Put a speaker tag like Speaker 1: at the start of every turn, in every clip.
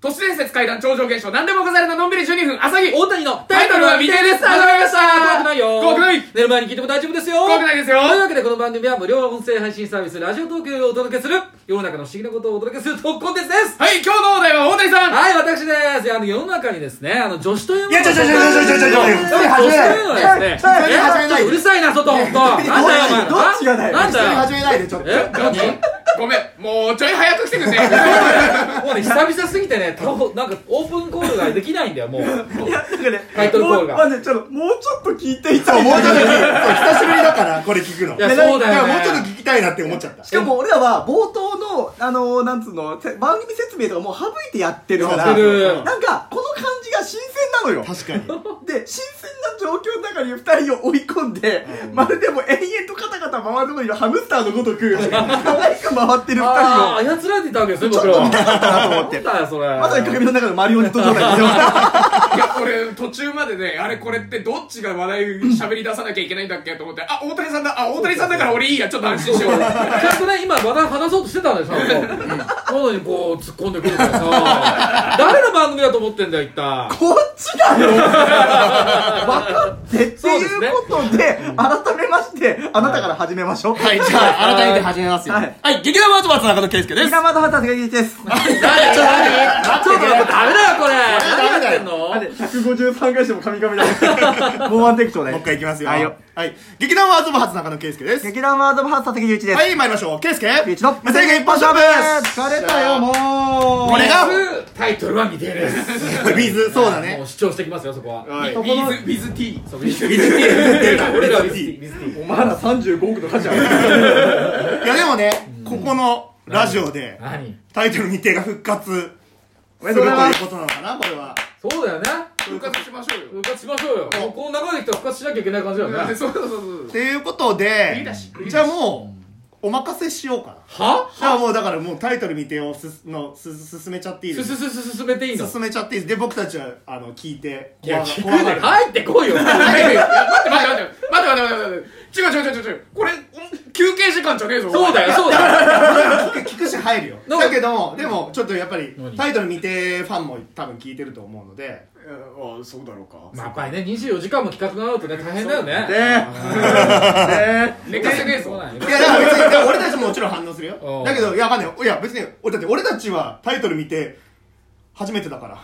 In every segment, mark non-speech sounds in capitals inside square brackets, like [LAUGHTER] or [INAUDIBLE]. Speaker 1: 都市伝説怪談超常現象何でもござれののんびり12分朝日
Speaker 2: 大谷の
Speaker 1: タイトルは未定です
Speaker 2: 始まりました怖くないよ
Speaker 1: 怖くない
Speaker 2: 寝る前に聞いても大丈夫ですよ
Speaker 1: 怖くないですよ
Speaker 2: というわけでこの番組は無料音声配信サービスラジオ東京をお届けする世の中の不思議なことをお届けする特コンテンツです
Speaker 1: はい今日のお題は大谷さん
Speaker 2: はい私ですいやあの世の中にですねあの女子というもの
Speaker 3: いやちょちょちょちょちょちょちょ
Speaker 2: 女子というのはですね
Speaker 3: それそれ始めない
Speaker 2: ちょっとうるさいな外本当なんだよお前
Speaker 3: どっちがだよ
Speaker 2: なんだよ
Speaker 3: 始めないでちょっと
Speaker 2: え何
Speaker 1: ごめんもうちょい早く来てくれね
Speaker 2: もうね久々すぎてねとなんかオープンコールができないんだよもう
Speaker 4: なんかね
Speaker 2: タイトルコールが
Speaker 4: もうまあねちょっともうちょっと聞いていただき
Speaker 3: も
Speaker 4: た
Speaker 3: う
Speaker 4: い
Speaker 3: ちょっと久しぶりだからこれ聞くの
Speaker 2: いやそうだよ
Speaker 3: もうちょっ
Speaker 2: ね
Speaker 3: と聞きたいなって思っちゃった
Speaker 4: しかも俺らは冒頭の、あのー、なんつうの、せ番組説明とかもう省いてやってるから、
Speaker 2: やってる
Speaker 4: なんか、この感じが新鮮なのよ。
Speaker 3: 確かに
Speaker 4: で、新鮮な状況の中に二人を追い込んで、まるでもう延々とカタカタ回るのにハムスターのごとく、可愛く回ってる二人を
Speaker 2: あ、あ操られてたわけですね僕らは
Speaker 4: だったなと思って。
Speaker 2: なんだよそれ
Speaker 4: まさに鏡の中のマリオネット
Speaker 2: [LAUGHS]
Speaker 4: 状態ですよ。
Speaker 1: いや俺途中までねあれこれってどっちが話題喋り出さなきゃいけないんだっけと思ってあ大谷さんだあ大谷さんだから俺いいやちょっと安心しよう
Speaker 2: ちゃんとね、今、話題話そうとしてたんで、ちゃんと。なのにこう、突っ込んでくるからさ。誰の番組だと思ってんだよ、一体。
Speaker 4: こっち
Speaker 2: [LAUGHS]
Speaker 4: だよ分かってって
Speaker 2: そうです
Speaker 4: い
Speaker 2: ね
Speaker 4: うことで、改めまして、あなたから始めましょう。
Speaker 3: はいじゃあ改めて始めますよ
Speaker 4: は
Speaker 3: はいい、劇団ワートマンの中野圭介です
Speaker 4: 稲葉と畑がいいです。
Speaker 2: 誰ちょっとちょっとやっぱダメだよ、これ。何やってん
Speaker 4: あ
Speaker 2: の
Speaker 4: れ、153回しても神々 [LAUGHS] だ。もうワンテイクちょうだい。
Speaker 3: もう一回いきますよ
Speaker 4: はいよ。
Speaker 3: はい、劇団ワートマン初中野圭介です
Speaker 4: 劇団ワードバハウス佐々木隆一です。
Speaker 3: はい参りましょう圭介
Speaker 4: 隆一の
Speaker 3: 無制限一本勝負
Speaker 4: 疲れたよ、もう。
Speaker 3: これが
Speaker 2: タイトルは未定です。
Speaker 3: ビーズそうだね
Speaker 2: もう主張してきますよ、そこは。
Speaker 3: はい
Speaker 1: ウィズウィズ T
Speaker 2: そうビズティー俺らはビズティービズティー
Speaker 4: お前ら35億の価値ある。
Speaker 3: いやでもねここのラジオで
Speaker 2: 何
Speaker 3: タイトル日程が復活
Speaker 4: お
Speaker 3: す
Speaker 4: め
Speaker 3: ると
Speaker 4: でとうござ
Speaker 3: い
Speaker 4: いま
Speaker 3: う
Speaker 4: す。
Speaker 3: ことなのかなこれは
Speaker 2: そうだよね。
Speaker 1: 復活しましょうよ
Speaker 2: 復活しましょうよ。もうこの流れできたら復活しなきゃいけない感じだよね。
Speaker 1: そうそうそうそう
Speaker 3: っていうこと
Speaker 1: いい
Speaker 3: で
Speaker 1: だし
Speaker 3: じゃあもうお任せしようかな
Speaker 2: は
Speaker 3: じゃあもうだからもうタイトル未定をすのす進めちゃっていいですす
Speaker 2: すすす進めていいの
Speaker 3: 進めちゃっていいですで僕たちはあの聞いて
Speaker 2: いや、
Speaker 3: 怖が
Speaker 2: 聞く
Speaker 3: 怖が
Speaker 2: で
Speaker 3: る
Speaker 2: 入ってこいよ。
Speaker 1: いやいや待って待って待って待って待って待って待って違う違う違う違うこれお休憩時間じゃねえぞ
Speaker 2: そうだよ、そうだよ。
Speaker 3: 聞く聞くし入るよ
Speaker 2: なんか
Speaker 3: だけどもでもちょっとやっぱり
Speaker 2: 何
Speaker 3: タイトル未定ファンも多分聞いてると思うので
Speaker 4: えーあそうだろうか。
Speaker 2: まあ、やっぱりね、24時間も企画があるとね、大変だよね。
Speaker 4: ね
Speaker 1: 寝かせねえぞ
Speaker 3: い [LAUGHS] やだから別にだから俺たちももちろん反応する
Speaker 2: う
Speaker 3: よ
Speaker 2: ん
Speaker 3: だけどいやわかんないいや別に俺だって俺たちはタイトル見て初めてだから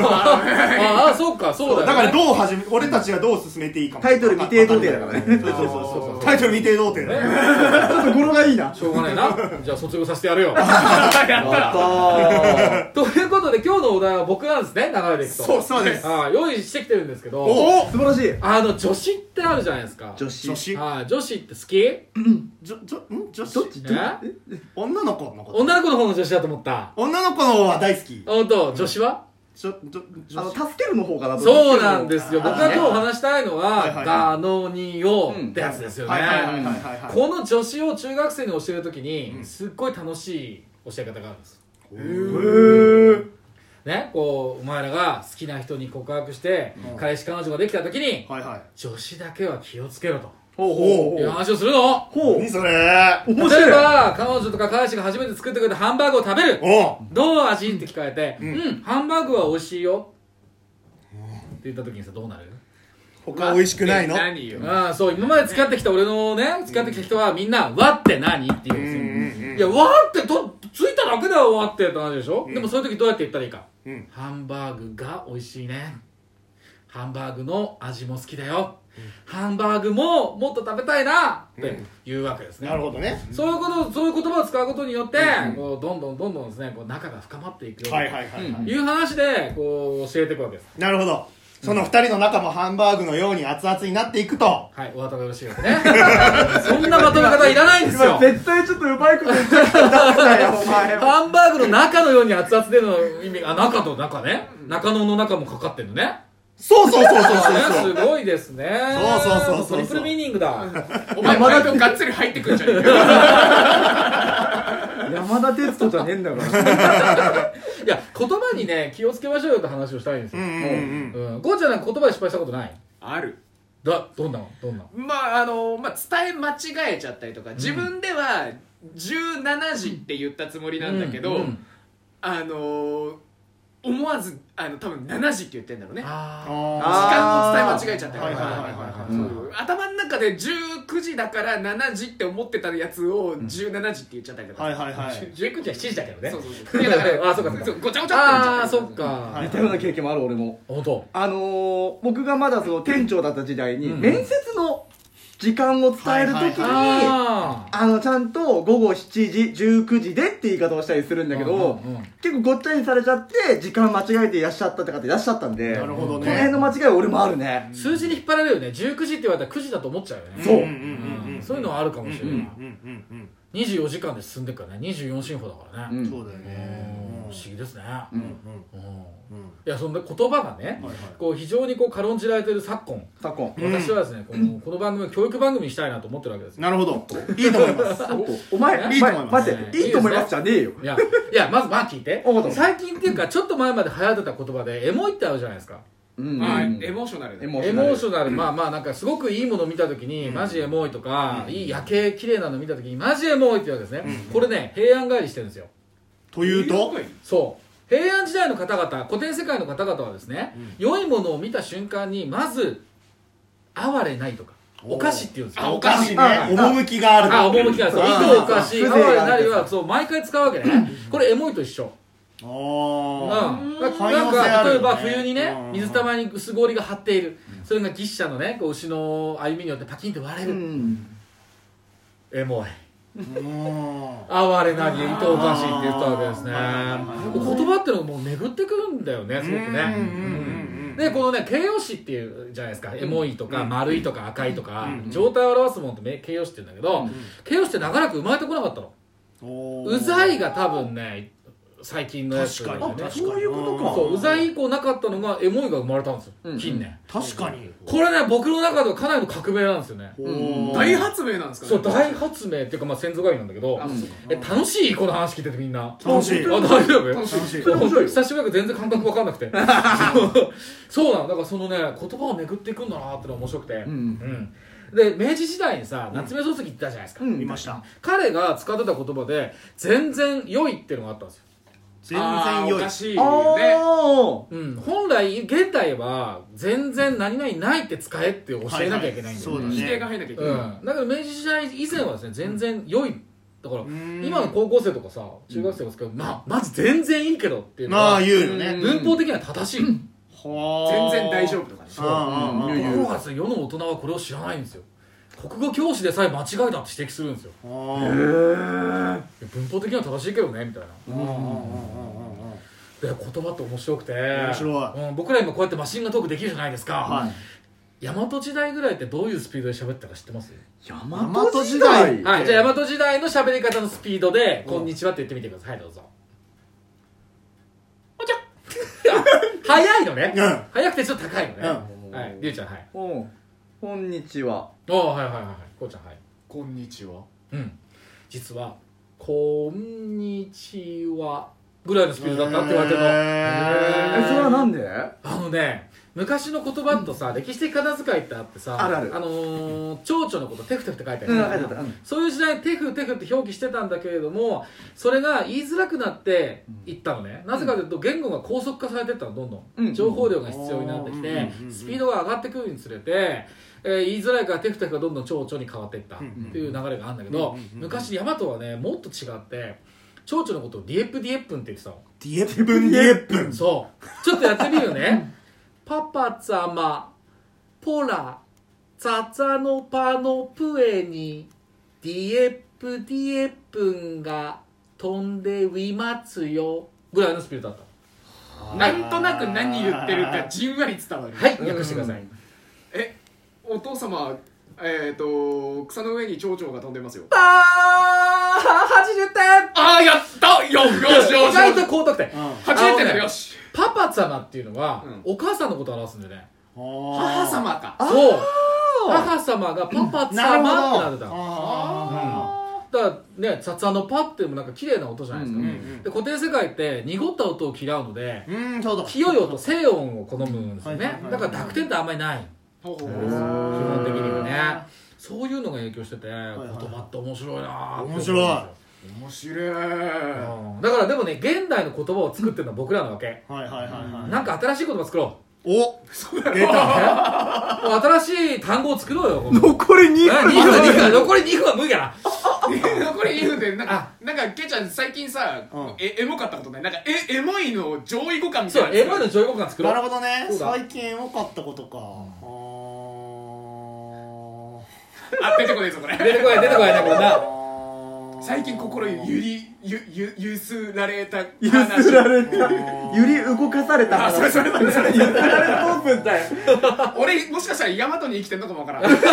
Speaker 2: ああ、そうか、そうだよ、ね。
Speaker 3: だからどう始め俺たちはどう進めていいかも
Speaker 4: タイトル未定童貞だからね。
Speaker 3: そうそうそ
Speaker 2: そ
Speaker 3: う
Speaker 2: うそう
Speaker 3: タイトル未定童貞だから
Speaker 4: ちょっと語呂がいいな。
Speaker 2: しょうがないな。じゃあ卒業させてや
Speaker 3: [LAUGHS]
Speaker 2: るよ。
Speaker 1: やったら
Speaker 2: ということで、今日のお題は僕なんですね、流れていくと。
Speaker 3: そうそうです
Speaker 2: ああ用意してきてるんですけど、
Speaker 3: お
Speaker 4: 素晴らしい。
Speaker 2: あの、女子ってあるじゃないですか。
Speaker 4: 女
Speaker 3: 女
Speaker 4: 子。
Speaker 3: 子
Speaker 2: ああ女子って好き
Speaker 3: じょじょん女子
Speaker 4: どっちどっち
Speaker 2: え
Speaker 3: 女の子のこと
Speaker 2: 女の子の方の女子だと思った。
Speaker 3: 女の子の方は大好き
Speaker 2: 本当女子は、
Speaker 3: ちょちょ
Speaker 4: あの、
Speaker 3: 女子
Speaker 4: 助けるの方かなと
Speaker 2: そうなんですよ。僕が今日お話したいのは、
Speaker 3: はいはいはい
Speaker 2: ガノニオ
Speaker 4: うん
Speaker 2: ってやつですよね。
Speaker 3: はいはいはいはいはい
Speaker 2: この女子を中学生に教えるときに、すっごい楽しい教え方があるんです
Speaker 3: へ
Speaker 2: ねこうお前らが好きな人に告白して、
Speaker 3: うん
Speaker 2: 彼氏彼女ができたときに
Speaker 3: えはいはい
Speaker 2: 女子だけは気をつけろと
Speaker 4: ほう
Speaker 3: お
Speaker 2: いう話をするの
Speaker 4: ほう。
Speaker 3: 何それ
Speaker 4: 面
Speaker 2: 例え
Speaker 4: 白い。
Speaker 2: ば彼女とか彼氏が初めて作ってくれたハンバーグを食べる
Speaker 3: おう
Speaker 2: どう味って聞かれて、う
Speaker 3: うんん、
Speaker 2: ハンバーグは美味しいよって言ったときにさどうなる
Speaker 3: 他美味しくないの
Speaker 1: 何よ
Speaker 2: ああそう今まで使ってきた俺のね使ってきた人はみんな「わ」って何って言うんですよ、いや、わーってと、ついただけだよ、わーってって話でしょ、
Speaker 3: ん
Speaker 2: でもそういう時どうやって言ったらいいか。
Speaker 3: うん
Speaker 2: ハンバーグが美味しいね。ハンバーグの味も好きだよ。ハンバーグももっと食べたいなっていうわけですね。
Speaker 3: なるほどね
Speaker 2: そういうこと、そういう言葉を使うことによって、こうどんどんどんどんですね、こう仲が深まっていくような
Speaker 3: はいはいはいはい
Speaker 2: いう話で、こう教えていくわけです。
Speaker 3: なるほどその二人の仲もハンバーグのように熱々になっていくと
Speaker 2: はい、お後がよろしいようでね。そんなまとめ方いらないんですよ
Speaker 4: 今。絶対ちょっとうまいこと言っちゃったんだよ、お前。
Speaker 2: ハンバーグの中のように熱々での意味が、あ、中と中ね。中野の中もかかってるのね。
Speaker 3: そうそうそうそうそう
Speaker 2: ね
Speaker 3: そ
Speaker 2: す
Speaker 3: う
Speaker 2: ごいですね。
Speaker 3: そうそうそうそう
Speaker 2: トリプルミーニングだ。
Speaker 1: お前まだがっつり入ってくんじゃねえか
Speaker 4: [LAUGHS] 山田哲人じゃねえんだか
Speaker 2: い
Speaker 4: ら。
Speaker 2: や、言葉にね、気をつけましょうよって話をしたいんです
Speaker 3: う
Speaker 2: よ。
Speaker 3: んうんうん
Speaker 2: うん。ゴーちゃんなんか言葉で失敗したことない
Speaker 1: ある
Speaker 2: だ、どんなのどんなの
Speaker 1: まああのまあ、伝え間違えちゃったりとか自分では17時って言ったつもりなんだけど、
Speaker 2: うんうん
Speaker 1: あの思わずあの多分7時って言ってんだろうね時
Speaker 2: あ
Speaker 3: あ
Speaker 1: 間の伝え間違えちゃったか
Speaker 3: はいはいはい
Speaker 1: ら
Speaker 3: は
Speaker 1: そう頭の中で19時だから7時って思ってたやつを17時って言っちゃったりとか
Speaker 3: いはいはいはいはい
Speaker 5: 19時は7時だけどね
Speaker 1: そうそうそういやだから
Speaker 5: あそうかそうか
Speaker 1: ごちゃごちゃってなっちゃって
Speaker 2: あー
Speaker 1: る
Speaker 2: そっか
Speaker 3: はい
Speaker 4: 似たような経験もある俺も
Speaker 2: 本当
Speaker 4: あのー、僕がまだその店長だった時代に、
Speaker 2: うん
Speaker 4: 面接の時間を伝える時に、
Speaker 3: はい
Speaker 2: あ
Speaker 4: あのちゃんと午後7時19時でって言い方をしたりするんだけど、
Speaker 2: うんうんうん
Speaker 4: 結構ごっちゃにされちゃって時間間違えていらっしゃったって方いらっしゃったんで
Speaker 3: なるほどね
Speaker 4: この辺の間違いは俺もあるね
Speaker 2: ー、数字に引っ張られるよね19時って言われたら9時だと思っちゃうよね
Speaker 4: そう
Speaker 3: うんうんうん
Speaker 2: そういうのはあるかもしれない、
Speaker 3: うんうんうん
Speaker 2: 24時間で進んでっからね24進法だから
Speaker 4: う
Speaker 2: ね、
Speaker 4: ん
Speaker 3: そうだよね
Speaker 2: うん不思議ですね、
Speaker 4: うん
Speaker 3: うん
Speaker 2: うん
Speaker 3: うん
Speaker 2: いやそんな言葉がね、
Speaker 3: はいはい
Speaker 2: こう非常にこう軽んじられてる昨今
Speaker 4: 昨今
Speaker 3: うん
Speaker 2: 私はですね、このこの番組を教育番組にしたいなと思ってるわけですよ
Speaker 3: なるほどいいと思います
Speaker 4: お前
Speaker 2: い
Speaker 3: い
Speaker 4: お
Speaker 3: と思い
Speaker 4: 前
Speaker 3: ます
Speaker 4: 待っていいと思いますじゃねえよ [LAUGHS]
Speaker 2: いやいやまずまあ聞いて
Speaker 4: わかった
Speaker 2: 最近っていうかちょっと前まで流行ってた言葉でエモいってあるじゃないですか
Speaker 4: うん
Speaker 1: まあエモーショナルだ
Speaker 4: エ
Speaker 1: ね
Speaker 4: モ
Speaker 2: エモー
Speaker 4: ー
Speaker 2: シ
Speaker 4: ショ
Speaker 2: ョナル、まあまあなんかすごくいいもの見た時に、マジエモいとか、いい夜景綺麗なの見た時にマジエモいって言うわけですね、これね平安帰りしてるんですよ
Speaker 3: というと
Speaker 2: そう平安時代の方々古典世界の方々はですね、良いものを見た瞬間にまず哀れないとかお菓子って言うんですよ
Speaker 3: あお菓子
Speaker 4: あ
Speaker 3: ね趣がある
Speaker 2: あ、趣がある。そう、
Speaker 3: あー
Speaker 2: 糸おかしい、
Speaker 4: 風
Speaker 2: ハワ
Speaker 4: 情
Speaker 2: イ
Speaker 4: があ
Speaker 2: な
Speaker 4: る
Speaker 2: りは、そう、毎回使うわけね。これ、エモいと一緒。うん。
Speaker 3: ああ
Speaker 2: なんか、
Speaker 3: 汎用性あるよね
Speaker 2: 例えば冬にね
Speaker 3: う、ん
Speaker 2: 水たまに薄氷が張っている。それが牛車のね、こう牛の歩みによってパキンと割れ
Speaker 4: う
Speaker 2: る。
Speaker 4: ん
Speaker 2: エモい。
Speaker 3: うん
Speaker 2: 哀れなり、糸おかしいって言ったわけですね。言
Speaker 3: あー
Speaker 2: 葉ってのがもう巡ってくるんだよね、すごくね。
Speaker 3: うんうんうんうん
Speaker 2: で、このね、形容詞っていうじゃないですか。エモいとか、丸いとか、赤いとか
Speaker 3: う、ん
Speaker 2: 状態を表すものって形容詞って言うんだけど、形容詞って長らく生まれてこなかったの。
Speaker 3: おー
Speaker 2: うざいが多分ね最近のやつだ
Speaker 3: 確
Speaker 2: よ
Speaker 3: かに
Speaker 2: ね
Speaker 3: 確かに
Speaker 4: そういうことか
Speaker 2: そううざい以降なかったのがエモいが生まれたんですよ、
Speaker 4: うん
Speaker 2: 近年
Speaker 3: 確かに
Speaker 2: これね僕の中ではかなりの革命なんですよね
Speaker 4: ん
Speaker 3: おー
Speaker 1: 大発明なんですかね
Speaker 2: そう大発明っていうかまあ先祖返りなんだけど
Speaker 1: あそうか
Speaker 2: え楽しいこの話聞いててみんなあ
Speaker 3: 楽しい
Speaker 2: 大丈夫
Speaker 1: 楽しい
Speaker 3: 楽しい
Speaker 2: そう本当に久しぶりだから全然感覚わかんなく
Speaker 3: [LAUGHS]
Speaker 2: てそうなのだからそのね言葉を巡っていくんだなってのが面白くて、
Speaker 4: うん
Speaker 2: で明治時代にさ夏目漱石って言ったじゃないですか、
Speaker 4: うん
Speaker 3: 見ました
Speaker 2: 彼が使ってた言葉で全然良いっていうのがあったんですよ
Speaker 3: 全然
Speaker 1: あーお
Speaker 3: 良い
Speaker 1: かしいね
Speaker 4: あ
Speaker 2: うん、本来現代は全然何々ないって使えって教えなきゃいけないんだよね,、
Speaker 3: はいはいそうだね
Speaker 1: 否定が入んなきゃいけない
Speaker 2: うん、だけど明治時代以前はですね全然良いだから
Speaker 3: ん
Speaker 2: 今の高校生とかさ中学生が使う、まあまず全然いいけどっていうの
Speaker 3: ま
Speaker 2: は
Speaker 3: あ言うよね
Speaker 2: 文法的には正しい、
Speaker 1: 全
Speaker 3: 全
Speaker 1: 然大丈夫とかね
Speaker 3: そううんうん
Speaker 4: う
Speaker 3: うんん
Speaker 2: ところがですね世の大人はこれを知らないんですよ国語教師でさえ間違いだって指摘するんですよ
Speaker 3: うんう
Speaker 4: へ
Speaker 2: い
Speaker 3: ん
Speaker 4: え
Speaker 2: や文法的には正しいけどねみたいなで言葉って面白くて面
Speaker 3: 白
Speaker 2: うん、僕ら今こうやってマシンガトークできるじゃないですか、
Speaker 3: はい
Speaker 2: 大和時代ぐらいってどういうスピードで喋ったか知ってます
Speaker 4: 大和時代
Speaker 2: はい、じゃあ大和時代の喋り方のスピードで「こんにちは」って言ってみてくださいはいどうぞおちょ [LAUGHS] 早いのね、
Speaker 3: うん
Speaker 2: 早くてちょっと高いのね、はいりゅうちゃんはい
Speaker 4: うんこんにちは
Speaker 2: ああはいはいはいはいこうちゃんはい
Speaker 1: こんにちは
Speaker 2: うん実は「こんにちは」ぐらいのスピードだったって言われてるの、
Speaker 3: へー
Speaker 4: えそれはなんで
Speaker 2: あのね昔の言葉とさ、歴史的仮名遣いってあってさ
Speaker 4: あるある
Speaker 2: のー、蝶々のことテフテフって書いてある
Speaker 4: うん書いてあったうん
Speaker 2: そういう時代テフテフって表記してたんだけれどもそれが言いづらくなっていったのね、なぜかというと言語が高速化されていったのどんどん、
Speaker 4: うん
Speaker 2: 情報量が必要になってき
Speaker 3: うんうん
Speaker 2: て
Speaker 3: うんうん
Speaker 2: スピードが上がってくるにつれて、えー言いづらいからテフテフがどんどん蝶々に変わっていったっていう流れがあるんだけど、
Speaker 3: うんうんうん
Speaker 2: 昔ヤマトはねもっと違って蝶々のことをディエップディエップンって言ってたの。
Speaker 3: ディエップンディエップン
Speaker 2: そう。ちょっとやってみるよね。パパ様、ポラ、ザザのパのプエに、ディエップディエップンが飛んでいますよ。ぐらいのスピードだった。
Speaker 1: なんとなく何言ってるかじんわり伝わる
Speaker 2: はい、訳してください。
Speaker 1: えお父様えっ、と草の上に蝶々が飛んでますよ
Speaker 2: あー、80点
Speaker 1: ああやったよよしよ
Speaker 2: 意
Speaker 1: し
Speaker 2: 外と高得点。
Speaker 1: 80点だよよし
Speaker 2: パパ様っていうのは、
Speaker 1: うん
Speaker 2: お母さんのことを表すんでね。
Speaker 1: 母様か
Speaker 2: そう。母様がパパ様って
Speaker 3: なるほど
Speaker 2: なってたの。だからね「雑のパ」っていうのもなんか綺麗な音じゃないですか、
Speaker 4: うんうん
Speaker 3: うん
Speaker 2: で古典世界って濁った音を嫌うので
Speaker 3: うんそうだ
Speaker 2: 清い音静音を好むんですよ
Speaker 3: はいは
Speaker 2: ね
Speaker 3: いはい
Speaker 2: だから濁点ってあんまりない
Speaker 1: ほうほう
Speaker 2: 基
Speaker 1: ほう
Speaker 2: 本的にはねそういうのが影響してて言
Speaker 3: いはい
Speaker 2: 葉って面白いなーって思うんですよ
Speaker 3: 面白
Speaker 1: 面白い
Speaker 2: うんだからでもね現代の言葉を作ってるのは僕らなわけ
Speaker 3: はいはいはいはい
Speaker 2: なんか新しい言葉作ろ
Speaker 3: おそうだ出た
Speaker 2: う [LAUGHS] もう新しい単語を作ろうよ
Speaker 3: [LAUGHS]
Speaker 2: 今度
Speaker 4: 残り2
Speaker 2: あ
Speaker 4: 分
Speaker 2: 2分2分残り2分は無理や
Speaker 1: 残り2分でなんかなんかケイちゃん最近さ、
Speaker 3: うん
Speaker 1: えエモかったことないなんかえエモいの上位互換
Speaker 2: な
Speaker 1: み
Speaker 2: そ
Speaker 1: た
Speaker 2: う
Speaker 1: いな
Speaker 2: エモいの上位互換作ろ
Speaker 3: なる
Speaker 2: う
Speaker 3: ほどね
Speaker 2: そうだ
Speaker 3: 最近多かったことかあ
Speaker 1: あ出てこないぞこれ
Speaker 2: 出てこない出てこないなこれ
Speaker 3: ー
Speaker 2: な
Speaker 3: あー
Speaker 1: 最近心ゆりゆゆゆすられた
Speaker 4: ゆすられた
Speaker 3: ー
Speaker 4: ゆり動かされた
Speaker 1: あ
Speaker 4: 話
Speaker 1: それそれそれそれ
Speaker 4: ゆすられオープンだよ
Speaker 1: 俺もしかしたらヤマトに生きてんのかもわからん
Speaker 4: ゆす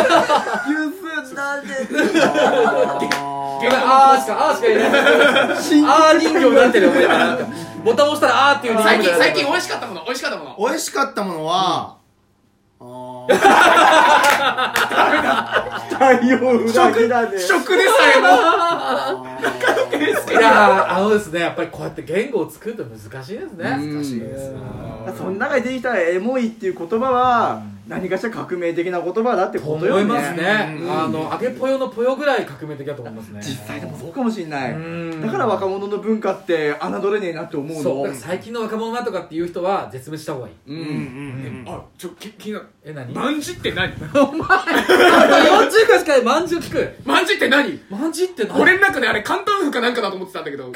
Speaker 4: ら
Speaker 3: あ
Speaker 1: ゲラ
Speaker 2: あーしかあーしか言えないあー人形になってるよ俺今なんかボタン押したらあーっていう人形
Speaker 1: 最
Speaker 2: み
Speaker 1: 近
Speaker 2: たいな
Speaker 1: 最近美味しかったもの美味しかったもの
Speaker 3: ー美味しかったものはあ
Speaker 4: れた太陽裏切らね
Speaker 1: 食でさえも
Speaker 2: いやーあのですねやっぱりこうやって言語を作ると難しいですね難しいです
Speaker 4: その中で出てきたエモいっていう言葉は何かしら革命的な言葉だって
Speaker 2: と
Speaker 4: ことよ
Speaker 2: 思い
Speaker 4: ね
Speaker 2: ますね
Speaker 1: うん
Speaker 2: あの揚げぽよのぽよぐらい革命的だと思いますね
Speaker 4: 実際でもそうかもしれな
Speaker 2: うん
Speaker 4: いだから若者の文化って侮れねえなって思
Speaker 2: そ
Speaker 4: う
Speaker 2: うだ
Speaker 4: の
Speaker 2: から最近の若者がとかっていう人は絶滅した方がいい
Speaker 3: ーうんうん
Speaker 1: あちょき気になる
Speaker 2: え何あ
Speaker 1: まんじって何
Speaker 2: と40回しかまんじゅう聞く
Speaker 1: まんじって何
Speaker 2: まんじって何
Speaker 1: 俺の中であれ関東風かなんかだと思ってたんだけど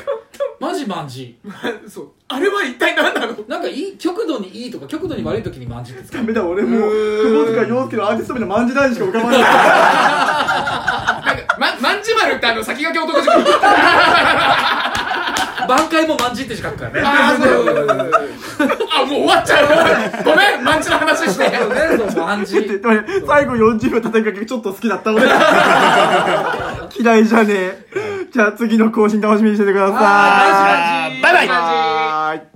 Speaker 2: マジまんじ
Speaker 1: まそうあれは一体何なの
Speaker 2: なんかいい極度にいいとか極度に悪い時にまんじって使
Speaker 4: ダ
Speaker 2: う
Speaker 4: メだ俺もう久保塚洋介のアーティスト名の万事大臣しか浮かばない
Speaker 1: なんかままんじ丸ってあの先駆け男塾に
Speaker 2: 挽回もまんじってしか書くからね
Speaker 1: ああそうあもう終わっちゃうごめんまんじの話して
Speaker 2: [LAUGHS] そうそうまんじ
Speaker 4: って待って最後40秒叩きかけちょっと好きだった俺 [LAUGHS] 嫌いじゃねえじゃあ次の更新楽しみにしててください
Speaker 2: あーマジマジ
Speaker 3: あーバイバイ
Speaker 1: まんじ